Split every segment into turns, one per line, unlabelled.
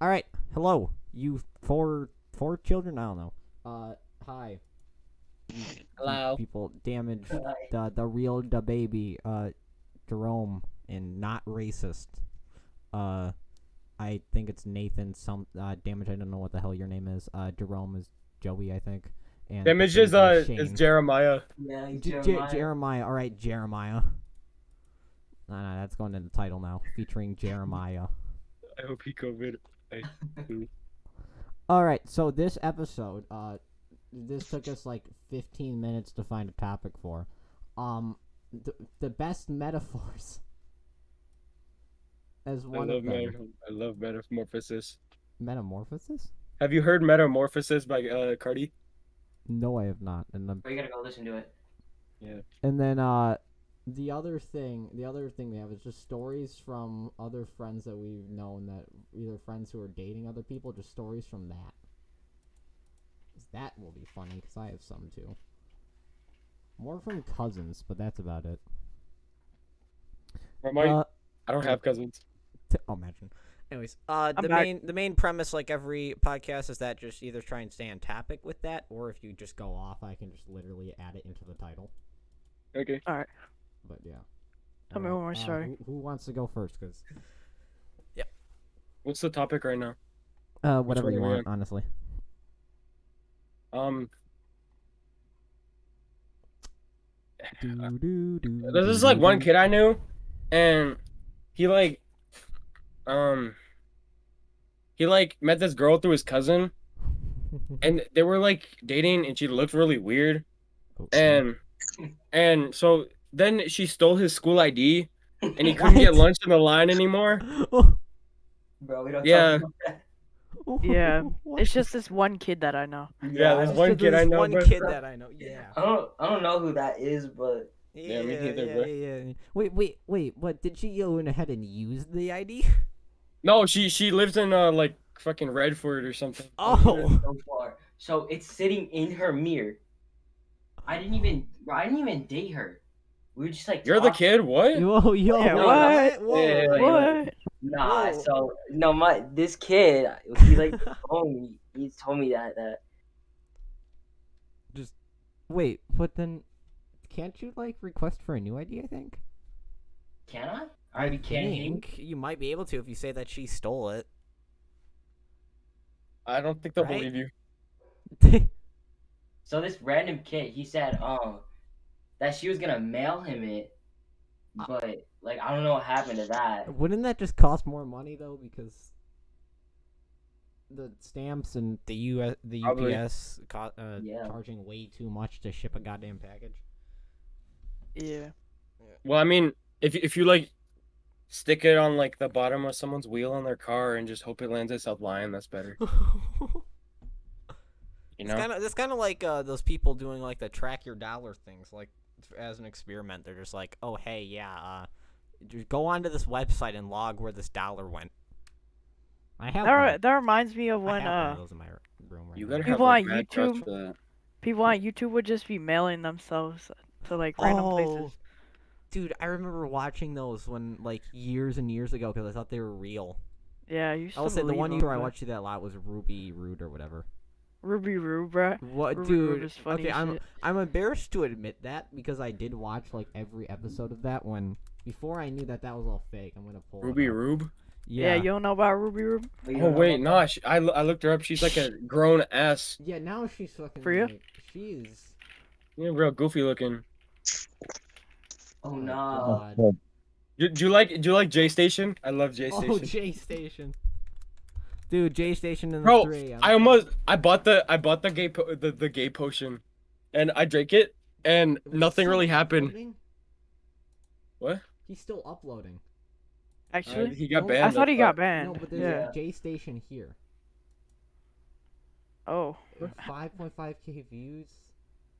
All right. Hello. You four four children? I don't know. Uh, hi. You- you
Hello.
People damage
Hi.
the the real the baby uh Jerome and not racist. Uh, I think it's Nathan. Some uh, damage. I don't know what the hell your name is. Uh, Jerome is Joey, I think. And the
Damage is uh
baby
is
Shane.
Jeremiah.
Yeah,
J- J-
Jeremiah.
Jeremiah. All right, Jeremiah. Nah, nah, that's going in the title now, featuring Jeremiah.
I hope he COVID.
All right, so this episode, uh, this took us like 15 minutes to find a topic for. Um, the, the best metaphors. As
I
one
love
of them,
meta- I love metamorphosis.
metamorphosis.
Have you heard Metamorphosis by uh Cardi?
No, I have not. And the
We're gonna go listen to it.
and then uh, the other thing, the other thing we have is just stories from other friends that we've known that either friends who are dating other people, just stories from that. 'Cause That will be funny because I have some too. More from cousins, but that's about it.
Or am I?
Uh,
I don't have cousins.
t- oh, imagine. Anyways, uh, the
not-
main the main premise, like every podcast, is that just either try and stay on topic with that, or if you just go off, I can just literally add it into the title.
Okay.
But yeah.
Tell me
Alright,
one more
uh,
story.
who, who wants to go first? Because
What's the topic right now?
uh,
whatever
whatever you
one you do we
want,
want,
honestly.
Um,
There's
there's this like one kid I knew, and he like, um, he like met this girl through his cousin, and they were like dating, and she looked really weird,
Oh,
and and so then she stole his school ID, and he couldn't get
What?
lunch in the line anymore.
Bro, we don't.
Yeah.
Talk about
Yeah, It's just this one kid that I know.
that.
Yeah, there's one kid I know.
One
but-
kid that I know. Yeah.
I don't. I don't know who that is, but
Yeah, me neither,
yeah,
bro.
yeah, yeah. Wait, wait, wait. What did she go in ahead and use the ID?
No, she she lives in uh like fucking Redford or something.
Oh,
so far, so it's sitting in her mirror. I didn't even. I didn't even date her. We were just like.
You're the
talking.
kid. What?
yo, yo,
Yeah,
what?
what?
Whoa.
Yeah, yeah,
What?
Nah.
Whoa.
So no, my this kid. He like told me. He told me that that.
Just wait, but then can't you like request for a new ID? I think.
Can I? I already can't. hang.
you might be able to if you say that she stole it.
I don't think they'll
Right?
believe you.
So this random kid, he said, um, that she was gonna mail him it,
Uh.
but like I don't know what happened to
Oh
that.
Wouldn't that just cost more money though? Because the stamps and the U the
Probably.
UPS co- uh,
Yeah.
charging way too much to ship a goddamn package.
Yeah.
Well, I mean, if if you like stick it on like the bottom of someone's wheel on their car and just hope it lands at South Lion, that's better. You know?
It's kind of that's kind of like uh, those people doing like the track your dollar things, like as an experiment. They're just like, oh hey, yeah, uh, ju- go onto this website and log where this dollar went.
I have
That,
one.
re- that reminds me of
I
when
have one of
uh
those in my r- room right
you
now.
gotta have
People
like,
on
bad crowds
YouTube-
for that.
people on YouTube would just be mailing themselves to like random
Oh.
places.
Dude, I remember watching those when like years and years ago because I thought they were real.
Yeah, you.
I will say the one year I watched that a lot was Ruby Rude or whatever.
Ruby Roo, bruh.
What,
Ruby Roo
dude?
is funny
okay,
as
I'm
shit.
I'm embarrassed to admit that because I
did watch like every episode of that one before I knew that that was all fake. I'm gonna pull it
Ruby
up.
Rube.
Yeah.
Yeah.
you don't know about Ruby Roo.
But you
Oh
don't know
wait,
about-
no, she, I loo- I looked her up. She's like a grown ass.
Yeah, Now she's fucking.
For you?
Like, she's.
Yeah, real goofy looking.
Oh
my
no.
God.
Do, do you like do you like J Station? I love J Station.
Oh, J Station. Dude, J Station and the
Bro,
3
I almost I bought the I bought the gay po- the, the gay potion, and I drank it, and nothing really happened. What?
He's still uploading.
Uh,
Actually,
he got
Oh, I
banned.
I thought
I
he got
thought.
banned.
No, but there's
yeah.
a J Station here.
Oh.
5.5k views.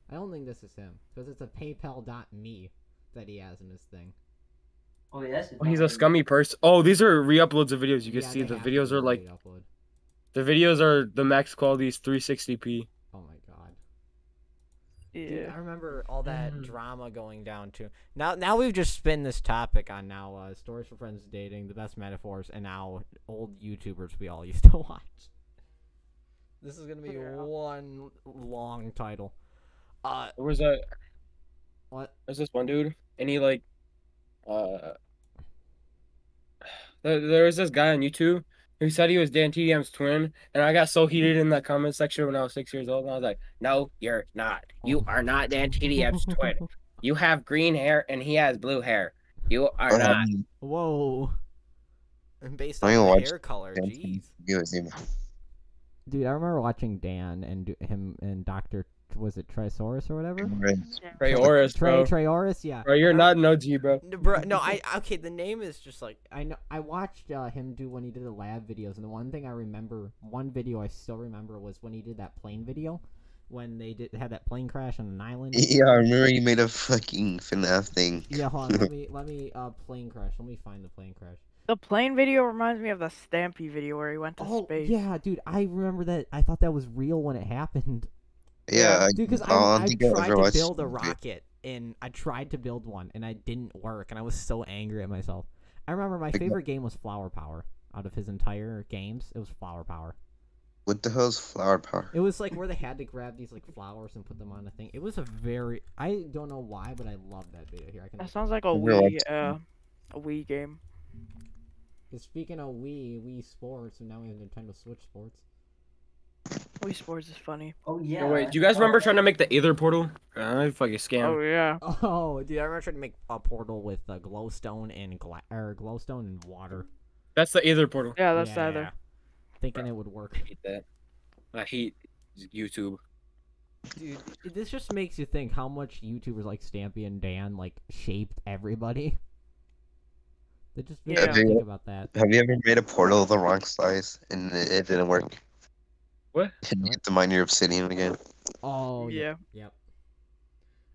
I don't think this is him because it's a PayPal.me that he has in his thing.
Oh yeah, that's.
Oh, He's a scummy person. Oh, these are re-uploads of videos. You can
Yeah,
see
they
the
have to
videos
be
are like
upload.
the videos are the max quality is 360p.
Oh my god.
Dude,
Yeah.
I remember all that
Mm-hmm.
Mm.
drama going down too. Now, now we've just spin this topic on now uh, stories for friends dating, the best metaphors, and now old YouTubers we all used to watch. This is gonna be
Yeah.
one long title. Uh,
There was a
What?
there's this one dude, and he like, uh, there, there was this guy on YouTube who said he was Dan TDM's twin, and I got so heated in that comment section when I was six years old, and I was like, "No, you're not. You are not Dan TDM's twin. You have green hair, and he has blue hair. You are not."
Um,
Whoa,
and based on
I don't
the
watch
hair color,
Dan
jeez.
viewers email.
dude! I remember watching Dan and d- him and Doctor. Was it Trisaurus or whatever?
Traorus,
Trey
bro.
Traorus, yeah.
Bro, you're not an OG, bro.
No, bro, no, I okay. The name is just like
I know. I watched uh, him do when he did the lab videos, and the one thing I remember, one video I still remember was when he did that plane video, when they did had that plane crash on an island.
Yeah, I remember you made a fucking FNAF thing.
Yeah, hold on. Let me let me uh plane crash. Let me find the plane crash.
The plane video reminds me of the Stampy video where he went to
Oh
space.
yeah, dude. I remember that. I thought that was real when it happened.
Yeah, I-
dude, because I,
oh, I
I
think I
tried
ever
to
watched
build a
that video.
rocket, and I tried to build one, and I didn't work, and I was so angry at myself. I remember my
Like, what-
favorite game was Flower Power. Out of his entire games, it was Flower Power.
What the hell's flower power?
It was like where they had to grab these like flowers and put them on a thing. It was a very I don't know why, but I love that video here. I can.
That sounds like a
I've never
Wii,
watched it.
uh, a Wii game.
'Cause Speaking of Wii, Wii Sports, and now we have Nintendo Switch Sports.
Wii Sports is funny.
Oh yeah.
Oh, wait, do you guys remember trying to make the Aether portal? Uh, I fucking
Oh
scam.
yeah.
Oh, dude, I remember trying to make a portal with uh, glowstone and gla- or glowstone and water.
That's the Aether portal.
Yeah, that's
Yeah,
the other.
Thinking it would work.
I hate that. I hate YouTube.
Dude, this just makes you think how much YouTubers like Stampy and Dan like shaped everybody. They just makes
Yeah.
you think about that.
Have you ever made a portal the wrong size and it, it didn't work?
What?
And you have to mine your obsidian again.
Oh
Yeah.
Yep.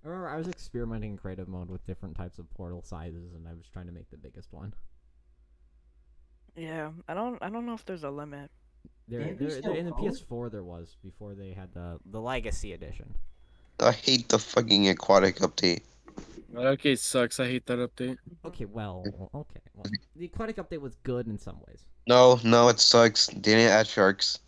I remember I was experimenting in creative mode with different types of portal sizes, and I was trying to make the biggest one.
Yeah. I don't. I don't know if there's a limit.
There,
Can't you
there,
still
there in the
code?
PS4 there was before they had the
the Legacy Edition.
I hate the fucking aquatic update.
That update sucks. I hate that update.
Okay, well, well, okay. Well, the aquatic update was good in some ways.
No, no, it sucks. They didn't add sharks.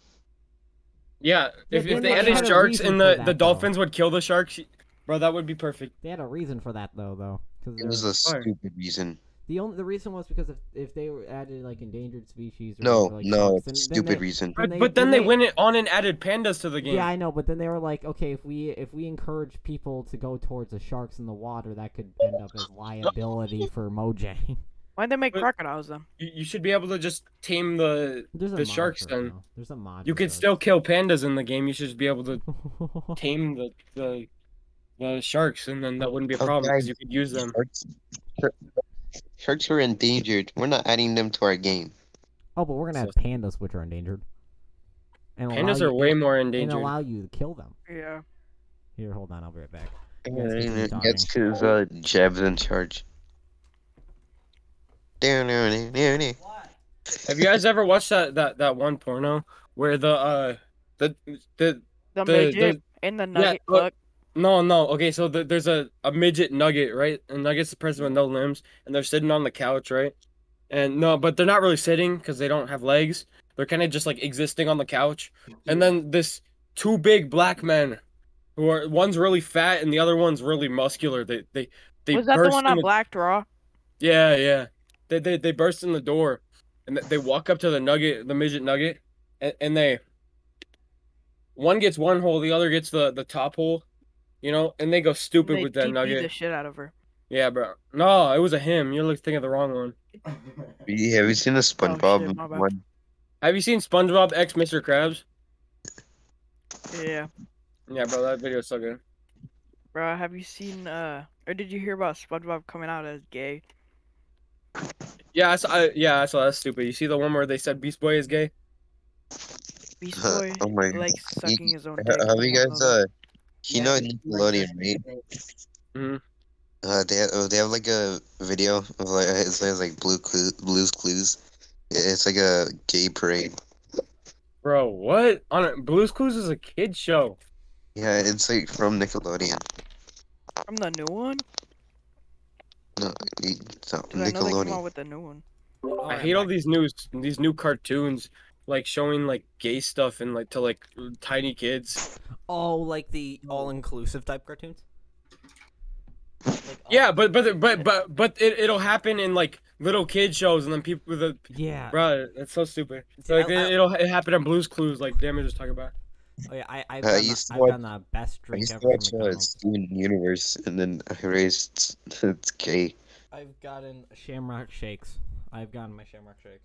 Yeah,
Yeah,
if,
they
if they
must have
added
a
sharks
reason
and
for
the,
that,
the
though.
dolphins would kill the sharks, bro, that would be perfect.
They had a reason for that though, though, because
It was a
Why?
stupid reason.
the only the reason was because if if they were added like endangered species. Or
No,
whatever, like,
no,
sharks,
it's a
then- then
stupid
they-
reason.
Then
But,
they-
but then
then
they
they-
went it on and added pandas to the game.
Yeah, I know, but then they were like, okay, if we if we encourage people to go towards the sharks in the water, that could end up as liability for Mojang.
Why'd they make
But-
crocodiles then?
you, you should be able to just tame the.
There's a
The
mod
sharks
for it
then-
now. There's a mod.
You
for
could
those.
still kill pandas in the game. You should just be able to
Oh,
tame the the, the sharks, and then that wouldn't be a
Oh,
problem because
guys.
you could use them.
Sharks, sharks are endangered. We're not adding them to our game.
oh, but we're gonna have
So-
pandas, which are endangered. And allow
Pandas
you-
are way more
and
endangered.
allow you to kill them.
Yeah.
Here, hold on, I'll be right back. You guys keep
Yeah,
talking.
That's because uh, Jeb's in charge. What?
Have you guys ever watched that, that, that one porno where the uh the the
The,
The-
midget in the nugget.
look-
look.
No, no. Okay, so th there's a, a midget nugget, right? And Nugget's the person with no limbs, and they're sitting on the couch, right? And no, but they're not really sitting because they don't have legs. They're kind of just like existing on the couch. And then this two big black men, who are one's really fat and the other one's really muscular. They they they
Was that the
burst
one
in
on
the-
Black Draw?
Yeah, yeah. They they they burst in the door, and th- they walk up to the nugget, the midget nugget, and, and they. One gets one hole, the other gets the the top hole, you know, and they go stupid
They
with that
DP'd
nugget.
the shit out of her.
Yeah, bro. No, it was a him. You're looking- thinking of the wrong one.
Yeah, have you seen the SpongeBob
Oh, my bad.
one?
Have you seen SpongeBob X Mr. Krabs?
Yeah.
Yeah, bro, that video's so good.
Bro, have you seen uh or did you hear about SpongeBob coming out as gay?
Yeah, I saw. I, yeah, I saw that stupid. You see the one where they said Beast Boy is gay?
Beast
Huh,
Boy
oh my
likes
God.
sucking his own
Ha-
dick.
Have you
I don't
guys
know that.
uh you know Nickelodeon, right?
Mhm.
Uh they have, oh, they have like a video of like it's like, like blue clue, blues clues. It's like a gay parade.
Bro, what? On a, Blue's Clues is a kid show.
Yeah, it's like from Nickelodeon.
From the new one?
No, it's not
Dude, I know they come out
Nickelodeon.
with the new one.
I hate all these news, these new cartoons, like showing like gay stuff and like to like tiny kids.
Oh, like the all-inclusive type cartoons. Like, all-
Yeah, but but but but but it it'll happen in like little kid shows and then people the
yeah.
bro. That's so stupid. Like
I- oh, I-
it, it'll it happened on Blue's Clues. Like damn, it was talking about.
Oh, yeah, I, I've,
Uh, I
done
used
the,
to
I've
watch-
done the best
I
drink
used
ever.
to
from
watch uh,
McDonald's.
Steven Universe, and then I realized it's, it's gay.
I've gotten Shamrock Shakes. I've gotten my Shamrock Shake.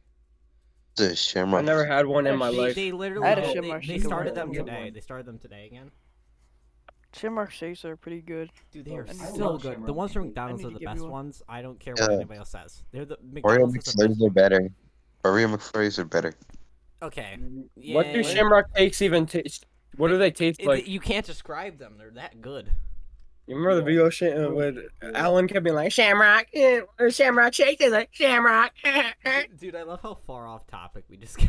The
I
Shamrock.
never had one in my
they,
life.
They literally
I had a
they-
Shamrock
they,
Shake
started
around
them
the other
today.
one.
They started them today again.
Shamrock shakes are pretty good.
Dude, they are
I
so
love
good. The
Shamrock
ones from
Shake.
McDonald's
need
are
to
the
give
best
you one.
ones. I don't care
Yeah.
what anybody else says. They're the
Oreo
McDonald's. is the best
McFlurries are
one.
better. Oreo McFlurries are better.
Okay. Yeah.
What do Shamrock cakes even taste? What do they taste
It-
like?
you can't describe them. They're that good.
You remember the video shit uh, when Alan kept being like Shamrock, eh, or Shamrock Shake, is like Shamrock. eh, eh."
Dude, I love how far off topic we just got.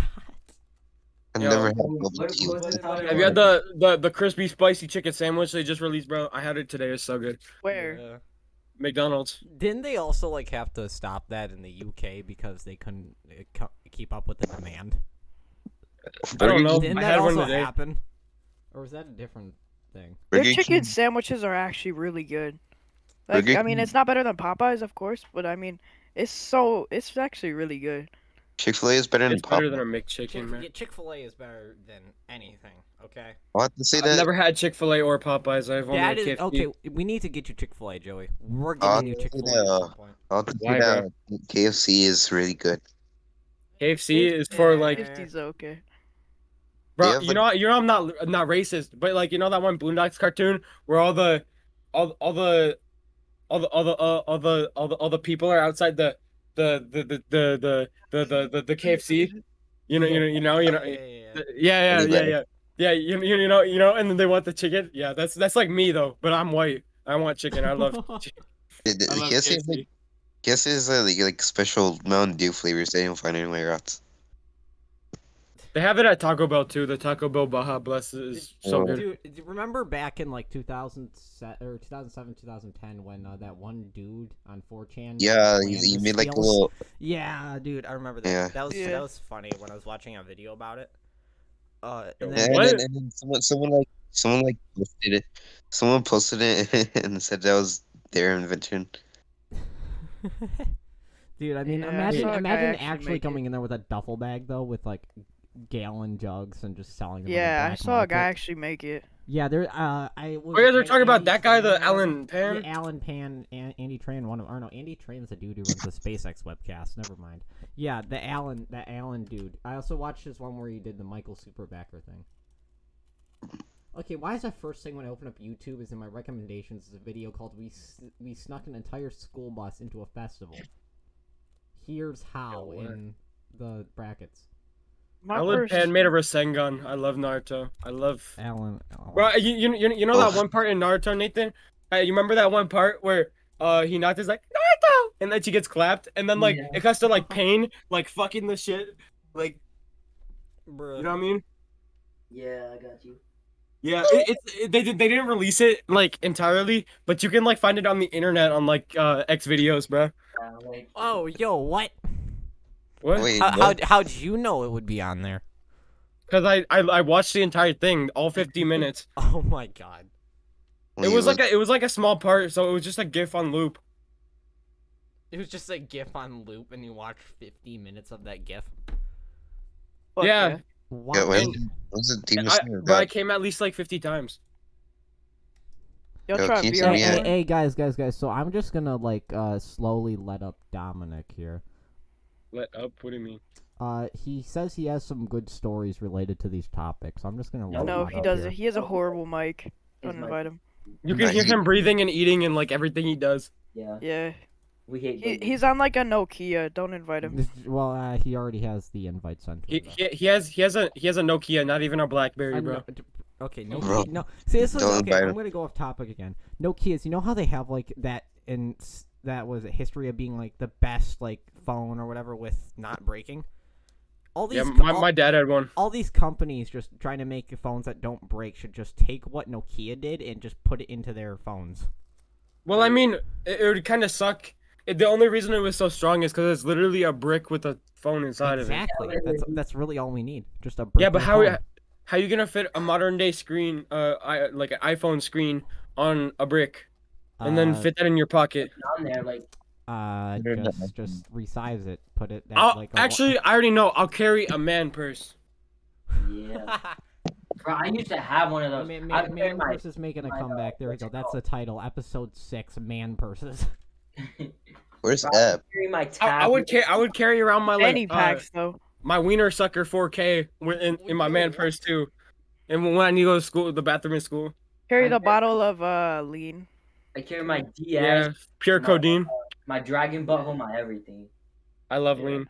I
Yo,
never had
what-
bubble tea.
what's the other
Have you had the, the the crispy spicy chicken sandwich they just released, bro? I had it today. It's so good.
Where?
Yeah.
McDonald's.
Didn't they also like have to stop that in the UK because they couldn't uh, co- keep up with the demand?
I don't
Burger
know.
Didn't
I
that
had one
also
today.
happen? Or was that a different thing?
Their
Burger
chicken
King-
sandwiches are actually really good. Like
Burger
I mean,
King-
it's not better than Popeyes, of course, but I mean, it's so it's actually really good.
Chick-fil-A is better than
It's better
Pop.
than a McChicken, man.
Chick Fil A is better than anything. Okay.
I'll have to say
I've
that.
never had Chick Fil A or Popeyes. I've only had
That is
KFC.
okay. We need to get you Chick Fil A, Joey. We're
Uh,
giving you Chick Fil A at some point.
I'll have to say
Why,
that KFC is really good.
KFC is for like,
Fifties okay.
bro.
Yeah,
You
but-
know, you know, I'm not I'm not racist, but like, you know that one Boondocks cartoon where all the, all all the, all the all the uh, all the all the all the people are outside the the the the the the the the, the KFC. You know, you know, you know, you know.
Yeah, yeah, yeah.
Yeah, yeah,
Pretty
yeah,
bad.
yeah. Yeah, you, you you know you know, and then they want the chicken. Yeah, that's that's like me though, but I'm white. I want chicken. I love. chicken.
It- it-
I love
KFC is like
KFC.
KFC is uh, like, like special Mountain Dew flavors they don't find anywhere else.
Mm, They have it at Taco Bell too. The Taco Bell Baja Bless is so
Oh.
good.
Dude, do you remember back in like 2007 or 2007, 2010 when uh, that one dude on 4chan?
Yeah,
ran
you,
the
you made like a
scales?
little.
Yeah, dude, I remember that.
Yeah.
That was
Yeah.
that was funny when I was watching a video about it. Uh,
Yo,
and
Yeah,
then,
and
What?
then, and then someone, someone like someone like posted it. Someone posted it and said that was their invention.
dude, I mean,
Yeah, I
imagine
saw a guy
imagine
actually
actually
make it.
coming in there with a duffel bag though, with like gallon jugs and just selling them. on the
Yeah, I
black
saw a guy
market.
actually make it.
Yeah, there. Uh, I. Was,
Oh, you guys are
I-
talking about
Andy
that guy, the
Tran-
Alan Pan.
Yeah, Alan Pan and Andy Tran, one of or no, Andy Tran's the dude who runs the SpaceX webcast. Never mind. Yeah, the Alan, the Alan dude. I also watched this one where he did the Michael Superbacker thing. Okay, why is the first thing when I open up YouTube is in my recommendations is a video called "We S- We Snuck an Entire School Bus into a Festival." Here's how
Yeah, what?
in the brackets.
My
Alan
first-
Pan made a Rasengan. I love Naruto. I love.
Alan, Alan.
Bro, you you you, you know that
Ugh.
one part in Naruto, Nathan? Uh, you remember that one part where uh he Hinata's like Naruto, and then she gets clapped, and then like
Yeah.
it cuts to like pain, like fucking the shit, like
Bruh.
you know what I mean.
Yeah, I got you.
Yeah, it, it's it, they did they didn't release it like entirely, but you can like find it on the internet on like uh X videos, bro.
Uh, like,
oh, yo, what?
What?
Wait,
How, how
what?
how'd you know it would be on there?
Because I, I I watched the entire thing, all 50 minutes.
Oh my god.
It was like a it was like a small part, so it was just a GIF on loop.
It was just a GIF on loop, and you watched 50 minutes of that GIF.
Fuck
yeah,
Wow.
Yeah, when, was it Demon
and I,
Slayer?
but I
God,
came at least like 50 times.
Y'all
Yo,
try
keep
VR
some
Hey,
Yeah.
hey, hey, guys, guys. So I'm just gonna like uh slowly let up Dominic here.
Let up. What do you mean?
Uh, he says he has some good stories related to these topics. I'm just gonna.
No,
let
No,
him
he
out
doesn't.
here.
He has a horrible mic. Don't
His mic.
invite him.
You can
Nah,
hear
he-
him breathing and eating and like everything he does.
yeah,
Yeah,
we hate.
he,
Goku.
he's on like a Nokia. Don't invite him.
This- Well, uh, he already has the invite sent. To
He,
him, though.
he, he has he has a he has a Nokia, not even a BlackBerry,
I'm
bro.
not- d- Okay, no,
Bro.
key- no. See, this is
Don't
okay.
invite
I'm
him.
gonna go off topic again. No kids. You know how they have like that in s- that was a history of being like the best like phone or whatever with
Not breaking. all these
Yeah,
co-
my,
all-
my dad had one.
all these companies just trying to make phones that don't break should just take what Nokia did and just put it into their phones.
Well, I mean, it, it would kind of suck. It, the only reason it was so strong is because it's literally a brick with a phone inside of it.
exactly. That's that's really all we need. Just a
Yeah,
brick
but
with a
how
phone.
how you gonna fit a modern day screen, uh, I, like an iPhone screen on a brick, and then
Uh,
fit that in your pocket?
on there, like
uh
They're not
just just resize it, put it that
I'll,
like a wa-
actually, I already know. I'll carry a man purse.
yeah. Bro, I used to have one of those.
Man,
I
man, man
carried my,
versus making a
my, uh,
comeback. There we
what's
go.
it
That's the title. Episode six. Man versus.
Where's
bro, I
that?
carried my
I,
tab.
I would carry. I would carry around my
Fanny
like uh,
packs though.
my wiener sucker 4K wi- in, in my man purse too, and when I need to go to school, the bathroom in school.
Carry
I
the
did.
bottle of uh lean.
I carried my DS,
Yeah, pure
No.
codeine.
my dragon butthole, my everything.
I love
Yeah.
lean.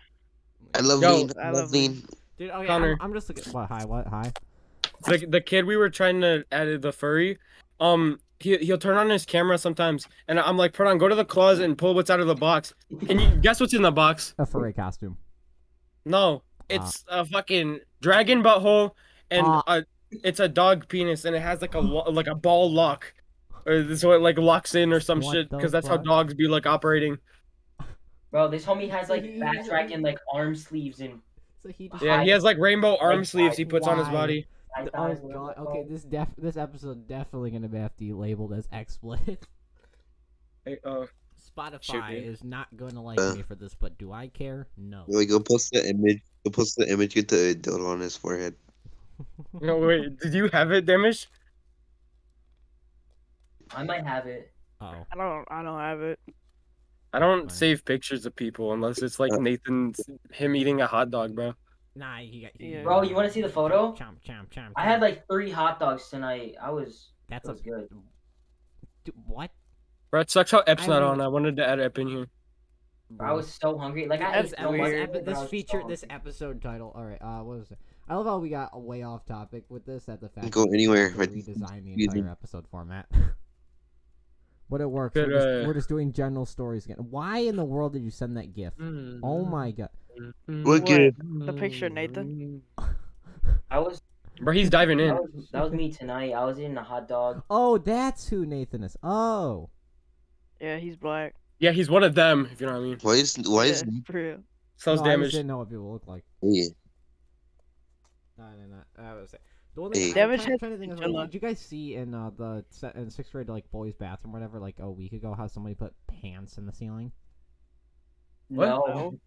I love
Yo,
lean. I love lean.
Dude, oh yeah,
Connor.
I'm, I'm just looking. What? Hi. What? Hi.
the the kid we were trying to add the furry, um, he he'll turn on his camera sometimes, and I'm like, put on, go to the closet and pull what's out of the box, and you guess what's in the box?
A furry costume.
No, it's a fucking dragon butthole, and
Ah.
a, it's a dog penis, and it has like a lo- like a ball lock, or so it like locks in or some
What
shit,
the
because that's how
fuck?
dogs be like operating.
Bro, this homie has like
He-
backtrack and like arm sleeves and.
So he just.
Yeah, he has like rainbow arm
Like,
sleeves he puts on his
why?
body.
I thought
Oh
it was
god.
like,
Okay,
oh,
this def this episode definitely gonna have to be labeled as explicit.
Hey, uh,
Spotify
dude.
is not gonna like
Uh.
me for this, but do I care? No.
Wait, go post the image. Go post the image with the dildo on his forehead.
no wait, did you have it, Damish?
I might have it.
Oh.
I don't I don't have it.
I don't
Fine.
save pictures of people unless it's like Nathan, him eating a hot dog, bro.
Nah, he got. he-
Yeah.
Bro, you wanna see the photo?
Chomp, chomp, chomp.
I had
chomp.
like three hot dogs tonight. I was.
That's
That was
a
good.
Dude, what?
Bro, it sucks how Ep's
I
not
mean-
on. I wanted to add Ep in here.
Bro, I was so hungry. Like I
That's
This,
ate so
epi-
much.
weird.
epi-
but I
this
was so
feature, this
hungry.
episode title. All right, uh, what was it? I love how we got way off topic with this. At the fact
Go
that we
anywhere,
had to
but-
redesign the
excuse me.
entire episode format. but it works.
Could,
we're, just,
uh,
we're just doing general stories again. Why in the world did you send that GIF?
Mm.
Oh my Mm. god!
What
What?
good?
The picture, Nathan.
I was.
Bro, he's diving in.
That was, that was me tonight. I was eating a hot dog.
Oh, that's who Nathan is. Oh,
Yeah, he's black.
Yeah, he's one of them, if you know what I mean.
Why is why is
Yeah, for real.
Sounds
no, I just
damaged.
didn't know what people look like.
yeah.
No, no, no. I was the one
Hey.
thing I'm
Damage
trying,
has
trying to think of,
potential.
like, did you guys see in uh, the se- in sixth grade like boys' bathroom, or whatever, like a week ago, how somebody put pants in the ceiling?
What?
No.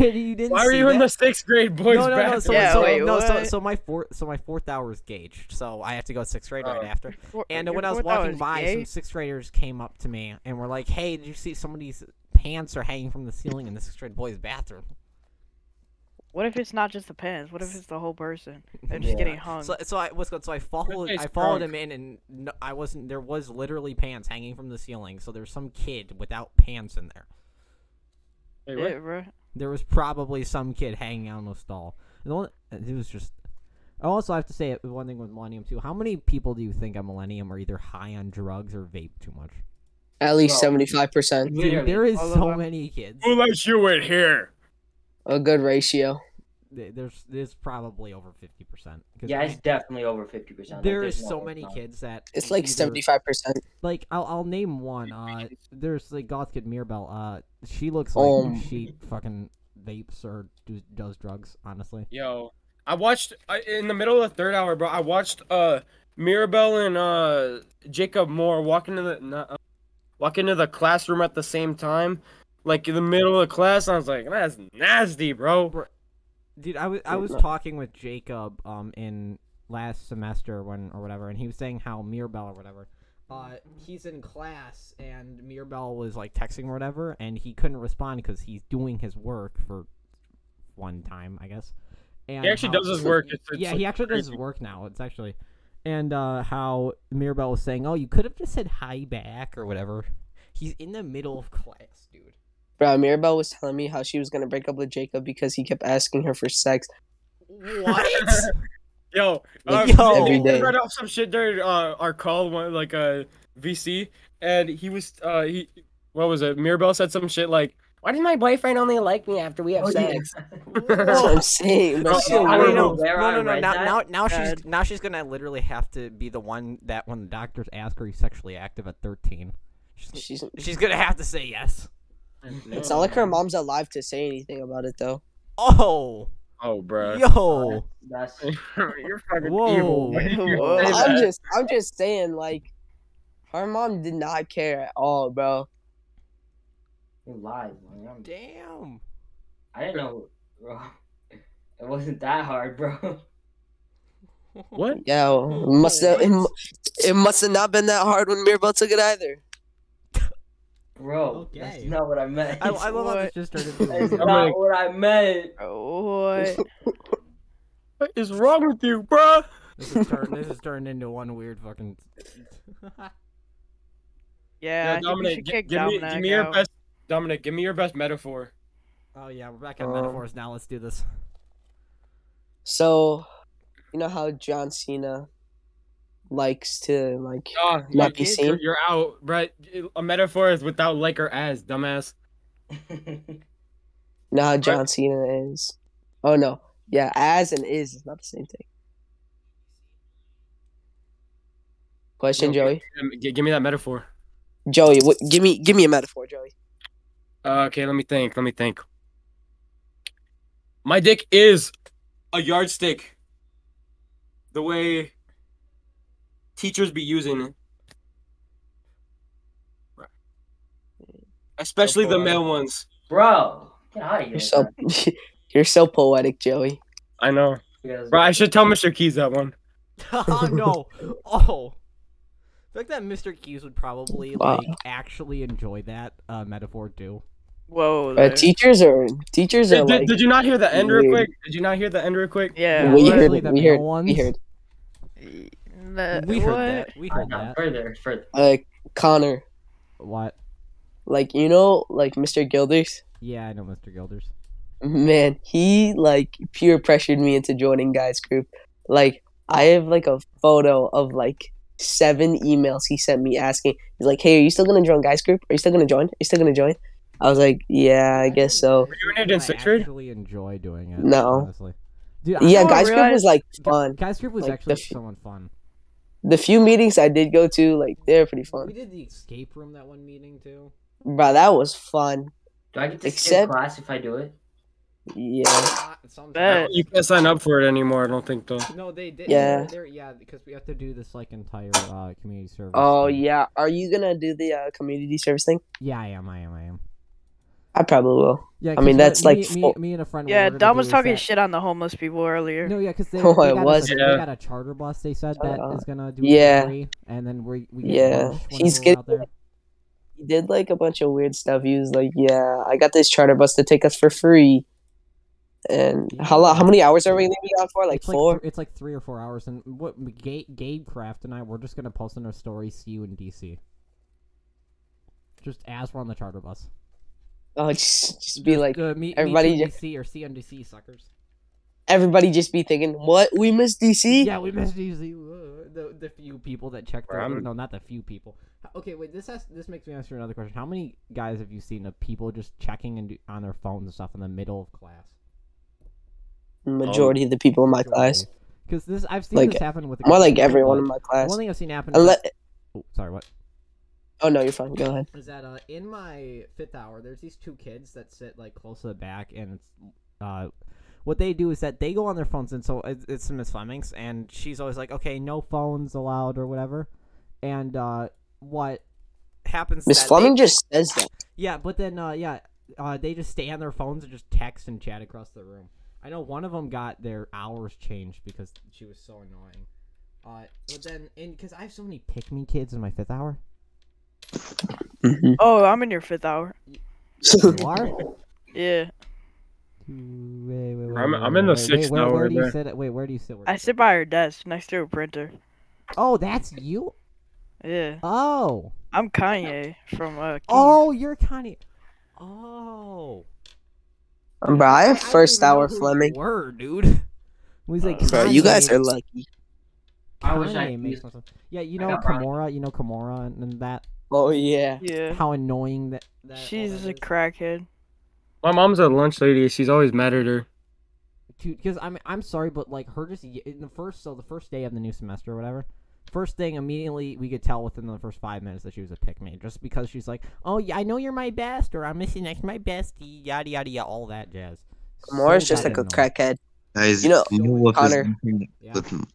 you didn't
Why are
see
you in
that?
the sixth grade boys'
no, no, no.
bathroom?
So,
Yeah,
so,
wait,
no, so,
what?
so my fourth, so my fourth hour is gauged. So I have to go sixth grade right
Oh.
after.
For-
And
your
when I was
fourth
walking
hour's
by,
gay?
some sixth graders came up to me and were like, "Hey, did you see somebody's pants are hanging from the ceiling in the sixth grade boys' bathroom?"
What if it's not just the pants? What if it's the whole person? They're just
Yeah.
getting hung.
So, so I was so I followed,
nice
I followed him
drunk.
in, and no, I wasn't. There was literally pants hanging from the ceiling. So there's some kid without pants in there.
Wait, what?
yeah, bro.
There was probably some kid hanging out in the stall. And the one, it was just. I also have to say uh, one thing with Millennium too. How many people do you think at Millennium are either high on drugs or vape too much?
At least
No.
seventy five percent.
Dude,
Literally.
there is
all of
so
them.
many kids.
Who let you in here?
A good ratio.
Th- There's there's probably over fifty percent.
Yeah, it's definitely over fifty percent.
there is so many kids that e,
It's like
either-
seventy five percent.
Like I'll I'll name one. Uh, there's like Goth Kid Mirabelle. Uh, she looks like
Um.
she fucking vapes or do, does drugs. Honestly,
Yo, I watched I, in the middle of the third hour, bro. I watched uh Mirabelle and uh Jacob Moore walk into the not, uh, walk into the classroom at the same time, like in the middle of class. I was like, that's nasty, bro.
dude, I was I was talking with Jacob um in last semester when or whatever, and he was saying how Mirabelle or whatever. Uh, he's in class and Mirabelle was like texting him or whatever, and he couldn't respond because he's doing his work for one time, I guess. And
He actually
how-
does his work. It's, it's
yeah, he
like,
actually does
crazy.
work now. It's actually, and uh, how Mirabelle was saying, "Oh, you could have just said hi back or whatever." He's in the middle of class, dude.
Bro, Mirabelle was telling me how she was gonna break up with Jacob because he kept asking her for sex.
What?
Yo, uh,
Like, yo.
Nathan
Every day.
read off some shit during uh, our call, one like uh, VC, and he was uh, he what was it? Mirabelle said some shit like, Why does my boyfriend only like me after we have
Oh, yeah.
sex?
That's what I'm saying. But
Oh,
still,
I
we're-
don't know where
No,
I
no, no.
read
Now,
that.
now, now she's
God.
now she's gonna literally have to be the one that when the doctors ask her, you sexually active at thirteen. She's,
she's-
she's gonna have to say yes.
it's not like her mom's alive to say anything about it, though.
Oh,
Oh, bro.
yo,
That's
You're fucking
Whoa.
evil. Why did you
Well,
say
I'm
that?
just, I'm just saying, like, her mom did not care at all, bro.
you lied, man. I'm-
damn.
I didn't know, bro. It wasn't that hard, bro.
What?
Yo, it must have, it, mu- it must have not been that hard when Mirabelle took it either.
Bro, that's
Okay.
not what I meant.
I, I love how this
What?
just turned into.
that's
a-
not
like-
what I meant.
What?
What is wrong with you, bro?
This has turned. This has turned into one weird fucking.
Yeah, I think we should
gi-
kick
give me,
Dominic
give me your
out.
best. Dominic, give me your best metaphor.
oh yeah, we're back on
Uh.
Um,
metaphors now. Let's do this.
So, you know how John Cena likes to like
Ah,
Not
you-
be seen.
you're, you're out, Brett. A metaphor is without like or as, dumbass.
you know how John Cena is. Oh no, yeah, as and is is not the same thing. Question,
No,
Joey.
Um, gi- give me that metaphor.
Joey, what, give me give me a metaphor, Joey.
Uh, okay, let me think. Let me think. My dick is a yardstick. The way teachers be using it. Right. Especially the
Metaphor.
male ones.
bro, get out of here.
You're so you're so poetic, Joey.
I know.
Because-
Bro, I should tell Mr. Keys that one.
oh no! Oh, I think that Mr. Keys would probably
Wow.
like actually enjoy that uh, metaphor too.
Whoa.
Uh,
there.
teachers are teachers are
Did, did-
like
did you not hear the end real
weird.
quick? Did you not hear the end real quick?
yeah.
we
what?
heard
Especially the
we heard
male ones. uh,
we heard
Y- n-
we heard
what?
that. We
Alright,
heard
now
that.
further, further.
like Connor,
What?
like you know, like Mr. Gilders.
Yeah, I know Mr. Gilders.
Man, he like peer pressured me into joining guys group. Like I have like a photo of like seven emails he sent me asking. He's like, "Hey, are you still gonna join guys group? Are you still gonna join? Are you still gonna join?" I was like, "Yeah, I guess so."
Were you in it in sixth grade?
I actually enjoy doing it.
No.
honestly. Dude, I-
Yeah,
Oh,
guys group
really?
was like fun.
Guys group was
Like,
actually
the f-
someone fun.
The few meetings I did go to, like they're pretty
We
fun.
did the escape room that one meeting too.
Bro, that was fun.
Do I get to skip
Except-
class if I do it?
Yeah.
Ah, sometimes-
Bet.
You can't sign up for it anymore, I don't think, though.
No, they did.
Yeah.
they're- they're- yeah, because we have to do this like entire uh, community service.
Oh
thing.
yeah. Are you gonna do the uh, community service thing?
Yeah, I am. I am. I am.
I probably will.
Yeah,
I mean,
'cause
that's,
what
like,
me, me,
full-
me and a friend.
Yeah,
what we're gonna
Dom
do
was
is
talking
that-
shit on the homeless people earlier.
No, yeah, because they,
Oh,
they
I
got
was.
A,
Yeah.
they got a charter bus. They said that
Uh,
is gonna do
yeah.
it for free, and then we we get
Yeah.
lunch whenever
He's
we're
getting-
out there.
He did like a bunch of weird stuff. He was like, "Yeah, I got this charter bus to take us for free." And how lo- how many hours are we gonna be on for? Like
it's
four.
Like th- it's like three or four hours, and what Ga- Gabe Craft and I we're just gonna post in our story. See you in DC. Just as we're on the charter bus.
oh, just just be like
uh, meet- meet,
everybody
you in
just-
DC or see you in DC, suckers.
everybody just be thinking, "What we missed DC?"
Yeah, we missed DC. uh, The, the few people that checked.
Bro,
their-
I'm-
No, not the few people. Okay, wait. This has, this makes me ask you another question. How many guys have you seen of people just checking and do, on their phones and stuff in the middle of class?
Majority of the people in my class,
Because this I've seen
Like,
this happen with
more like everyone in my class.
One thing I've seen happen.
Unless,
oh, sorry, what?
oh no, you're fine. Go ahead.
is that uh, in my fifth hour there's these two kids that sit like close to the back and it's uh what they do is that they go on their phones and so it's, it's miss flemings and she's always like okay no phones allowed or whatever and uh what happens
Miss
that
Fleming
they-
just says that.
yeah but then uh yeah uh they just stay on their phones and just text and chat across the room i know one of them got their hours changed because she was so annoying uh but then in because i have so many pick me kids in my fifth hour
Mm-hmm.
Oh, I'm in your fifth hour.
you are
Yeah,
Wait, wait, wait,
I'm-
wait,
I'm
wait,
in the
wait,
sixth
wait, where,
hour
Where do you
there.
sit? at- Wait, where do you sit? Where do
I
you
sit by her desk next to a printer.
Oh, that's you.
Yeah,
Oh,
I'm Kanye from uh. Keys.
oh, you're Kanye. Oh,
Um, bro, I have
don't
first
even know
hour
who you
Fleming.
Were dude. We was like,
Uh,
Bro, you guys
Kanye-
are lucky.
I wish I
Kanye
could
makes
use-
no sense. Yeah, you
I
know
got Brian.
Kimora. You know Kimora and, and that.
Oh yeah.
Yeah,
How annoying that. that all
she's
that
a
is.
crackhead.
My mom's a lunch lady. She's always mad at her.
Dude, because I'm I'm sorry, but like her just y- in the first so the first day of the new semester or whatever, first thing immediately we could tell within the first five minutes that she was a pick me just because she's like, oh yeah, I know you're my best or I'm missing next to my bestie, yada yada yada, all that jazz.
Kamara's
So
just like a
goddamn
crackhead.
Guys,
You know,
what this-
Connor.
annoying. Yeah.
With,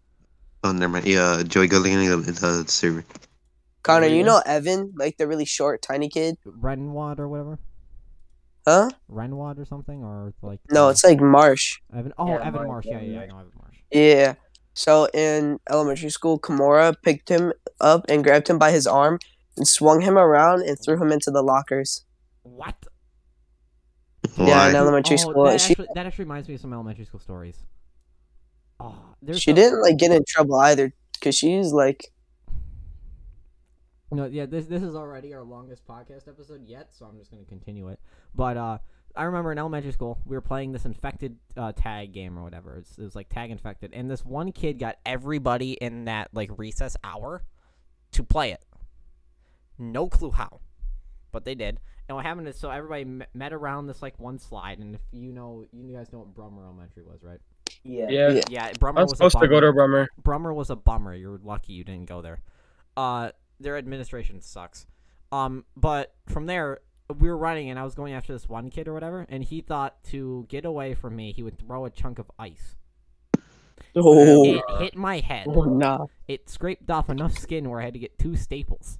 oh, never mind. Yeah, Joey, go link in the uh, server.
Connor, you
Yeah.
know Evan, like the really short, tiny kid,
Renwad or whatever,
huh?
Renwad or something or like
No,
uh,
it's like Marsh.
Evan. Oh,
Yeah,
Evan
Marsh,
Marsh. Yeah,
Evan
yeah, yeah, I
Marsh.
know Evan Marsh.
Yeah. So in elementary school, Kamora picked him up and grabbed him by his arm and swung him around and threw him into the lockers.
What?
Yeah, in
Why?
elementary
Oh,
school,
That
she
actually, that actually reminds me of some elementary school stories. Oh, there's
she
a-
didn't like get in trouble either because she's like
No, yeah, this this is already our longest podcast episode yet, so I'm just gonna continue it. But uh, I remember in elementary school we were playing this infected uh, tag game or whatever. It's, it was like tag infected, and this one kid got everybody in that like recess hour to play it. No clue how, but they did. And what happened is, so everybody m- met around this like one slide, and if you know, you guys know what Brummer Elementary was, right?
Yeah.
Yeah.
Yeah.
Yeah, Brummer
I'm
was
supposed
a
to go
bummer.
to Brummer.
Brummer was a bummer. You're lucky you didn't go there. Uh, their administration sucks. Um, but from there, we were running, and I was going after this one kid or whatever, and he thought to get away from me, he would throw a chunk of ice.
oh,
It hit my head.
oh nah.
It scraped off enough skin where I had to get two staples.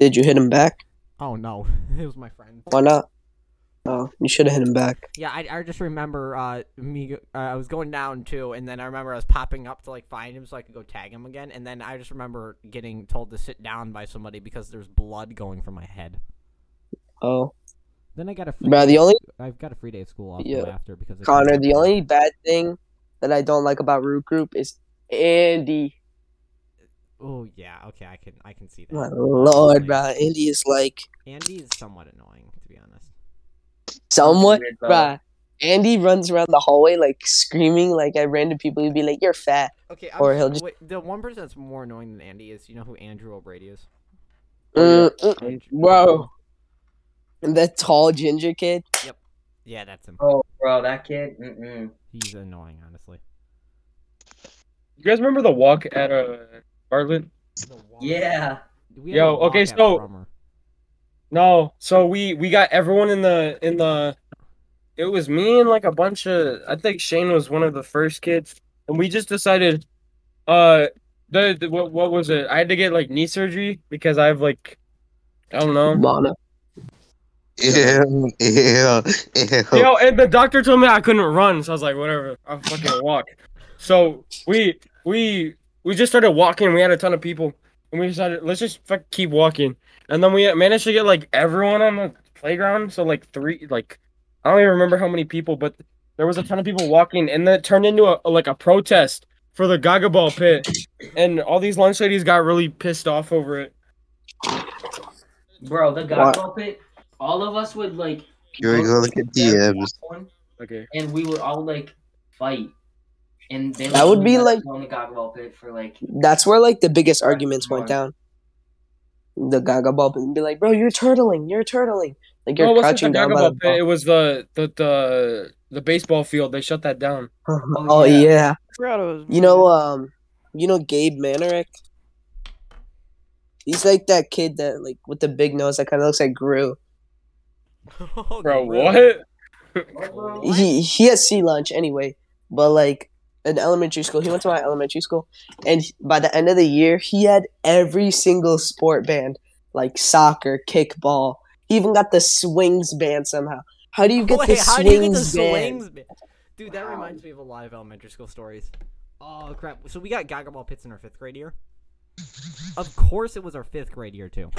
Did you hit him back?
Oh no, it was my friend.
Why not? Oh, you should have hit him back.
Yeah, I, I just remember uh, me. go- Uh, I was going down too, and then I remember I was popping up to like find him so I could go tag him again, and then I just remember getting told to sit down by somebody because there's blood going from my head.
Oh,
Then I got a free.
bro, the only
I've got a free day of school off
Yeah.
though after because of-
Connor, the only bad thing that I don't like about Root Group is Andy.
Oh yeah, okay, I can I can see that.
My lord, bro, Andy is like
Andy is somewhat annoying to be honest.
somewhat,
Weird, bro.
bro. Andy runs around the hallway like screaming like at random people. He'd be like, "You're fat."
Okay,
Or he'll just-
wait, the one person that's more annoying than Andy is you know who Andrew O'Brady is.
Oh,
Mm, mm,
Andrew-
bro, and that tall ginger kid.
Yeah, that's him.
Oh, bro, that kid. Mm-mm.
He's annoying, honestly.
You guys remember the walk at uh, Bartlett?
Yeah.
We had a
Yo, okay,
walkout
so-
drummer.
No. So we we got everyone in the in the. It was me and like a bunch of. I think Shane was one of the first kids, and we just decided. Uh, the, the what what was it? I had to get like knee surgery because I have like, I don't know.
Mono.
Ew, ew, ew.
Yo, and the doctor told me I couldn't run, so I was like, whatever, I'll fucking walk. So we we we just started walking. We had a ton of people, and we decided let's just fuck keep walking. And then we managed to get like everyone on the playground. So like three, like I don't even remember how many people, but there was a ton of people walking, and then it turned into a like a protest for the Gaga Ball pit, and all these lunch ladies got really pissed off over it.
Bro, the
What?
God Puppet, all of us would like.
Joey, go look at DMs.
one,
Okay.
And we would all like fight. And they,
That would be,
let us
like-
go in the God Ball pit for like.
That's where like the biggest arguments went
Right.
down. The Gaga Ball and be like, bro, you're turtling, you're turtling. Like you're
No, it wasn't
crouching
the
down
Gaga
by the
Ball pit. It
ball.
was the the the the baseball field. They shut that down.
Oh,
Oh,
yeah.
yeah.
forgot it was
You know, um, you know Gabe Manerick. He's like that kid that like with the big nose that kind of looks like Gru.
Oh,
Bro,
really?
what?
He he has sea lunch anyway, but like in elementary school, he went to my elementary school, and he- by the end of the year, he had every single sport band, like soccer, kickball. He even got the swings band somehow. How do you get
Wait,
the
how do you get the
swings band?
swings band? Dude, that
Wow.
reminds me of a lot of elementary school stories. Oh crap! So we got Gaga Ball pits in our fifth grade year. Of course, it was our fifth grade year too,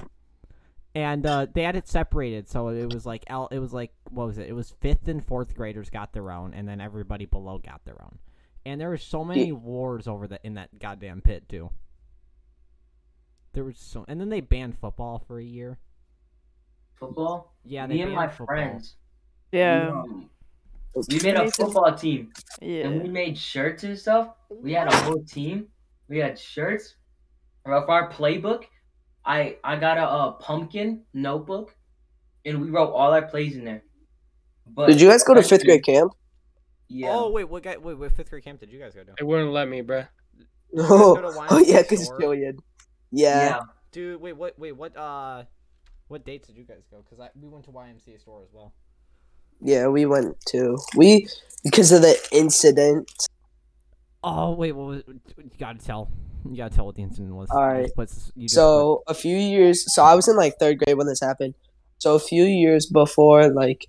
and uh, they had it separated. So it was like el- it was like what was it? It was fifth and fourth graders got their own, and then everybody below got their own. And there were so many wars over the in that goddamn pit too. There was so, and then they banned football for a year.
Football?
Yeah, they
Me and
banned
my
football.
friends.
Yeah,
um, We made a football team and
yeah.
we made shirts and stuff. We had a whole team. We had shirts. Of our playbook, I I got a, uh pumpkin notebook, and we wrote all our plays in there. But
Did you guys go to fifth
actually-
grade camp?
Yeah.
Oh wait, what guy? Wait, what fifth grade camp did you guys go to?
It wouldn't let me, bruh.
Did you guys go
No.
to
Oh
Wyoming
yeah, because
Shore?
Jillian.
yeah.
Yeah.
Dude, wait, what? Wait, what? Uh, what dates did you guys go? Because I we went to YMCA store as well.
Yeah, we went to we because of the incident.
Oh wait, what was? You gotta tell. You gotta tell what the incident was.
All right.
so
So a few years. So I was in like third grade when this happened. So a few years before, like,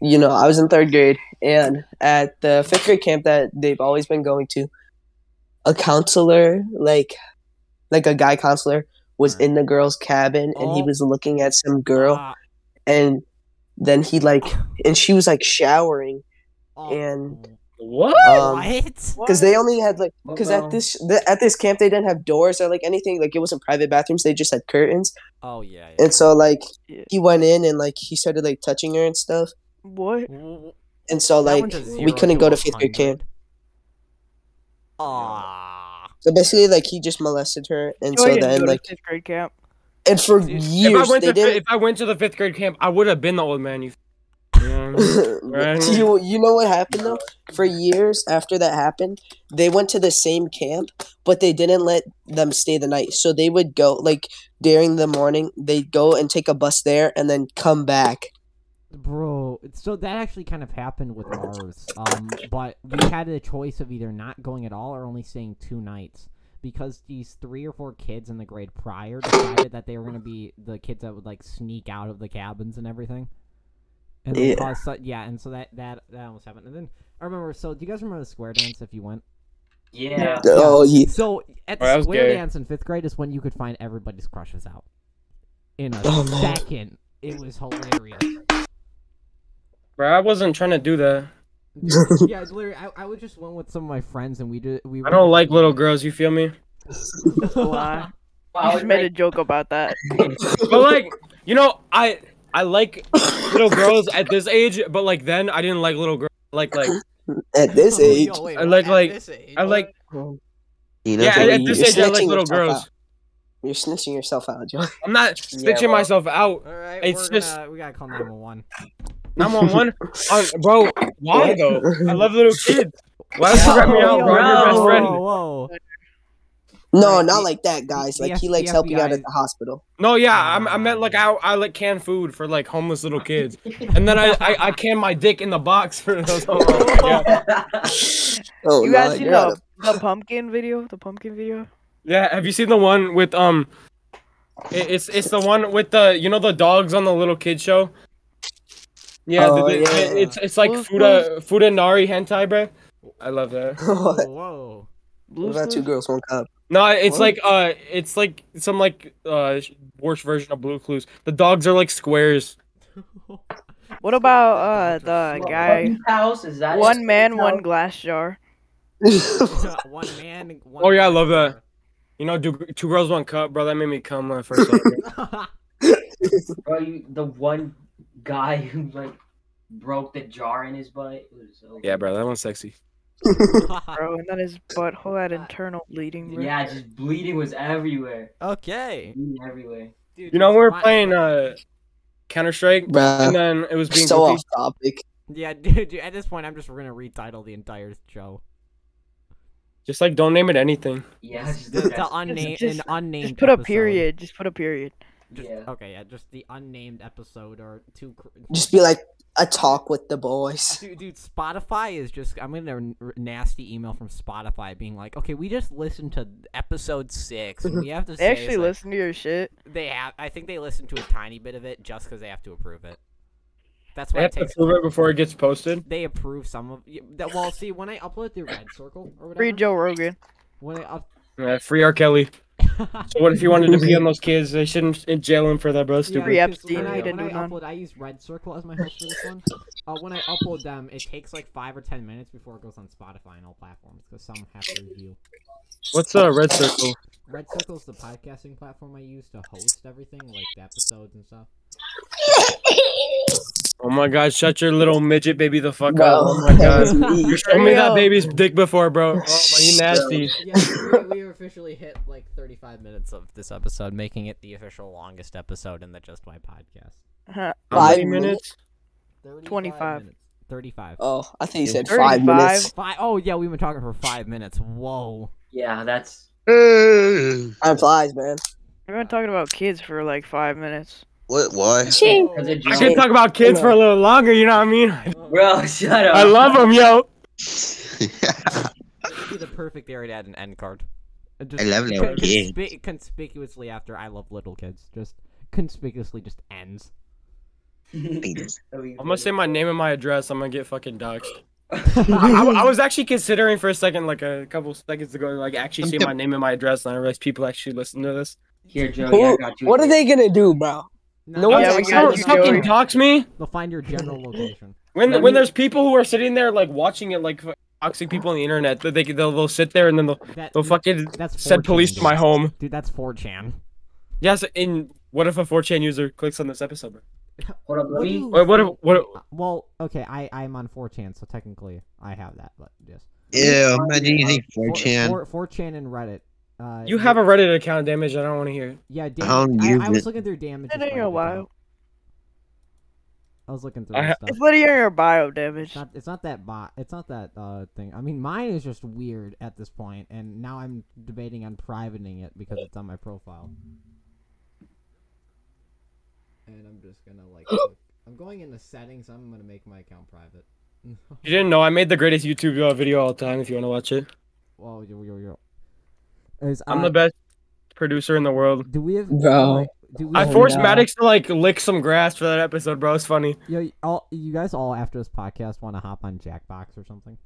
you know, I was in third grade, and at the fifth grade camp that they've always been going to, a counselor, like, like a guy counselor, was in the girls' cabin, and he
Oh.
was looking at some girl,
uh,
and then he like, and she was like showering, and
What?
um,
oh, what?
because they only had like. Because
Well,
at this the, at this camp they didn't have doors or like anything like it wasn't private bathrooms they just had curtains
Oh yeah. yeah.
and so like
Yeah.
he went in and like he started like touching her and stuff
What?
W-
and so
that
like
one's a
we
zero
couldn't go to
a
fifth
100.
grade camp
Ah.
so basically like he just molested her and so
Jillian, go
then
to
like
fifth grade camp.
and for
Dude,
years
if I went to fi-
they didn't
if I went to the fifth grade camp, I would have been the old man. You. you know what I mean? Right.
you, you know what happened though for years after that happened they went to the same camp but they didn't let them stay the night so they would go like during the morning they'd go and take a bus there and then come back
Bro, so that actually kind of happened with ours. Um, but we had a choice of either not going at all or only staying two nights because these three or four kids in the grade prior decided that they were going to be the kids that would like sneak out of the cabins and everything. And they
Yeah.
caused su- yeah, and so that that that almost happened. And then I remember. So do you guys remember the square dance? If you went,
yeah.
oh yeah
so at the
Oh, that was
square
gay.
dance in fifth grade is when you could find everybody's crushes out in a
Oh, man.
second. It was hilarious.
Bro, I wasn't trying to do that.
yeah, it's literally, I, I was just went with some of my friends and we did we.
I don't like little girls. You feel me?
Why?
Well,
I
I was
just made a
like-
joke about that.
But like, you know, I I like little girls at this age, but like then I didn't like little girls. Like like
at this age.
I like- like- I like
You know,
yeah
they-
at, at
you're
this age I like
snitching
little
yourself
girls.
out. You're snitching yourself out, John.
I'm not
Yeah,
snitching
well.
myself out.
All right,
It's
we're
just-
gonna, we gotta call nine one one.
I'm on one, on, bro. Why though? I love little kids. Why would you grab me out, bro? I'm your best
Yo.
friend.
Whoa, whoa.
No,
Right,
not
the-
like that, guys.
the
Like
F-
he likes
the
helping out
FBI
at the hospital.
No, yeah, I'm, I meant like I, I like canned food for like homeless little kids, and then I, I, I can my dick in the box for those homeless. Yeah,
Oh,
You
nah,
guys seen
you're out
the, the pumpkin video? The pumpkin video?
yeah. Have you seen the one with um? it- it's it's the one with the you know the dogs on the little kid show. Yeah, the-
Oh,
the-
yeah.
it- it's it's like
Who's-
Fuda Fuda Nari hentai, bro. I love that.
of-
whoa.
What
Blue
about two
Clues?
girls, one cup?
No, it's
What?
like uh, it's like some like uh worse version of Blue Clues. The dogs are like squares.
What about uh the
Well,
guy?
fucking House is that?
One man, one glass jar.
one man. One
Oh yeah, I love that. You know, do, two girls, one cup, bro. That made me come when I first saw it.
Bro, you, the one guy who like broke the jar in his butt. It was so
Yeah, bro, that one's sexy.
bro, and then his butthole had internal bleeding. Bro.
Yeah, just bleeding was everywhere.
okay.
Bleeding everywhere.
Dude,
You know, we were
my-
playing uh Counter Strike, and
Bruh.
then it was being
So
goofy.
off topic.
Yeah, dude, dude. At this point, I'm just gonna retitle the entire show.
just like don't name it anything.
Yeah, just
The, the
that's-
unnamed,
just-
an unnamed.
Just put a
episode.
period. Just put a period.
Just-
Yeah.
Okay, yeah, just the unnamed episode or two. cr-
Just be like a talk with the boys.
Dude, dude, Spotify is just. I'm getting a n- r- nasty email from Spotify being like, "Okay, we just listened to episode six. And we have to
They
say
actually
it's like-
listen to your shit.
They have. I think they listen to a tiny bit of it just because they have to approve it. That's
They
why
have
it
to
takes.
prove it before it gets posted.
They approve some of. y- that- Well, see, when I upload through Red Circle or
Free
whatever,
Joe Rogan.
when I up,
Yeah, Uh, free R. Kelly. So what if you wanted to be on those kids? They shouldn't jail him for that, bro.
Yeah,
Stupid.
Free
because
Epstein,
When I,
he didn't
when
do
I
none.
upload, I use Red Circle as my host for this one. Uh, when I upload them, it takes like five or ten minutes before it goes on Spotify and all platforms because some have to review.
What's uh red circle?
Red Circle's the podcasting platform I use to host everything, like the episodes and stuff.
Oh my god, shut your little midget baby the fuck up.
Bro,
Oh my
that was
god.
me.
You showed me that
Yo.
baby's dick before, bro. Oh my, you nasty.
Yeah, we- we officially hit like 35 minutes of this episode, making it the official longest episode in the Just My podcast.
Huh.
How
Five
many minutes?
25.
minutes. 35.
Oh, I thought you said
Thirty
five minutes.
Fi- oh, yeah, we've been talking for five minutes. Whoa.
Yeah, that's
Time flies, man.
We've been talking about kids for like five minutes.
What? Why?
Ching.
that's a
I
joke.
could talk about kids for a little longer. You know what I mean?
Bro, shut up.
I love them, yo.
It'd be the perfect area to add an end card. Uh, Just
I love
con-
little
conspi- Conspicuously after I love little kids. Just conspicuously just ends.
I'm gonna say my name and my address. I'm gonna get fucking doxxed. I, I- I was actually considering for a second, like a couple seconds ago, like actually say my name and my address, and I realized people actually listen to this.
Here, Joey, I
Who,
got you.
what are they gonna do, bro? No
they'll
one's
Yeah,
find-
we
actually
got
Don't
you,
they'll
fucking
find-
Joey.
dox me.
They'll find your general location.
When
Let
when
me-
there's people who are sitting there like watching it, like toxic people on the internet, that they they'll, they'll sit there and then they'll
That,
they'll fucking
that's
send
4chan,
police to
dude.
my home.
Dude, that's 4chan.
Yes, and what if a 4chan user clicks on this episode? bro?
Hold up, let
What do
me.
you
Or what if what? If,
Uh, Well, okay, I I'm on 4chan, so technically I have that, but yes.
Ew, imagine using 4chan.
4, 4chan and Reddit. Uh,
you have a Reddit account, damage. I don't want to hear. it.
yeah.
don't
Dam- I,
use
I
it.
was looking through damage.
It ain't a while.
I was looking through
I
this
ha-
stuff.
It's literally your bio damage.
It's not, it's not that bot. It's not that uh thing. I mean, mine is just weird at this point, and now I'm debating on privating it because it's on my profile. And I'm just gonna like, click- I'm going into settings. I'm gonna make my account private.
You didn't know I made the greatest YouTube uh, video of all time. If you want to watch it,
Whoa, yo, yo, yo. Is,
I'm
uh,
the best producer in the world.
Do we have?
Bro.
Do we
I
have-
forced
no.
Maddox to like lick some grass for that episode, bro. It's funny.
Yo, y- all, you guys all after this podcast want to hop on Jackbox or something?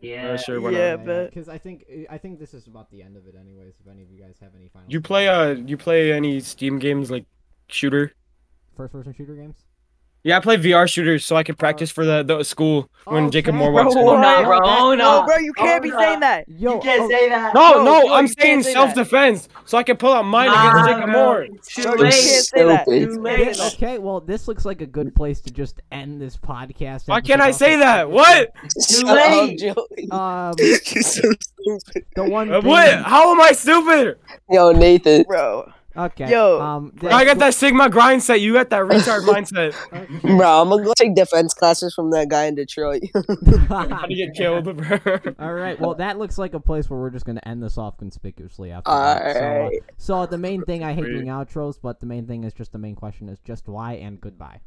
Yeah.
Uh, sure, why
Oh,
not?
Yeah, but-
because I think I think this is about the end of it, anyways. If any of you guys have any final,
You play uh, you play any Steam games like shooter?
first-person shooter games?
Yeah, I play VR shooters so I can practice for the, the school when
Oh,
Jacob
okay.
Moore walks
Uh,
in.
Bro,
Oh, nah, bro. Oh,
No,
no.
bro, you can't be
Oh,
saying that.
Yo,
you can't
oh,
say that.
No,
No,
no,
no,
I'm
you
saying
can't say
self
that.
defense so I can pull out mine against
Nah,
Jacob
bro.
Moore.
Too
Bro, you
late.
can't say that.
Stupid.
Too
yeah,
late.
okay. Well, this looks like a good place to just end this podcast.
Why
episode
can't I
off
say
with-
that? What?
Shut
late.
up, Joey.
Um,
You're so stupid.
the one.
Uh, What?
thing-
How am I stupid?
Yo, Nathan.
Bro,
Okay.
Yo,
um, the-
I got that Sigma grind set. You got that retard mindset.
Bro, I'm gonna go take defense classes from that guy in Detroit.
How to get killed, bro?
All right. Well, that looks like a place where we're just going to end this off conspicuously after that. So, uh,
Alright.
so the main thing I hate
Weird.
doing outros, but the main thing is just the main question is just why and goodbye.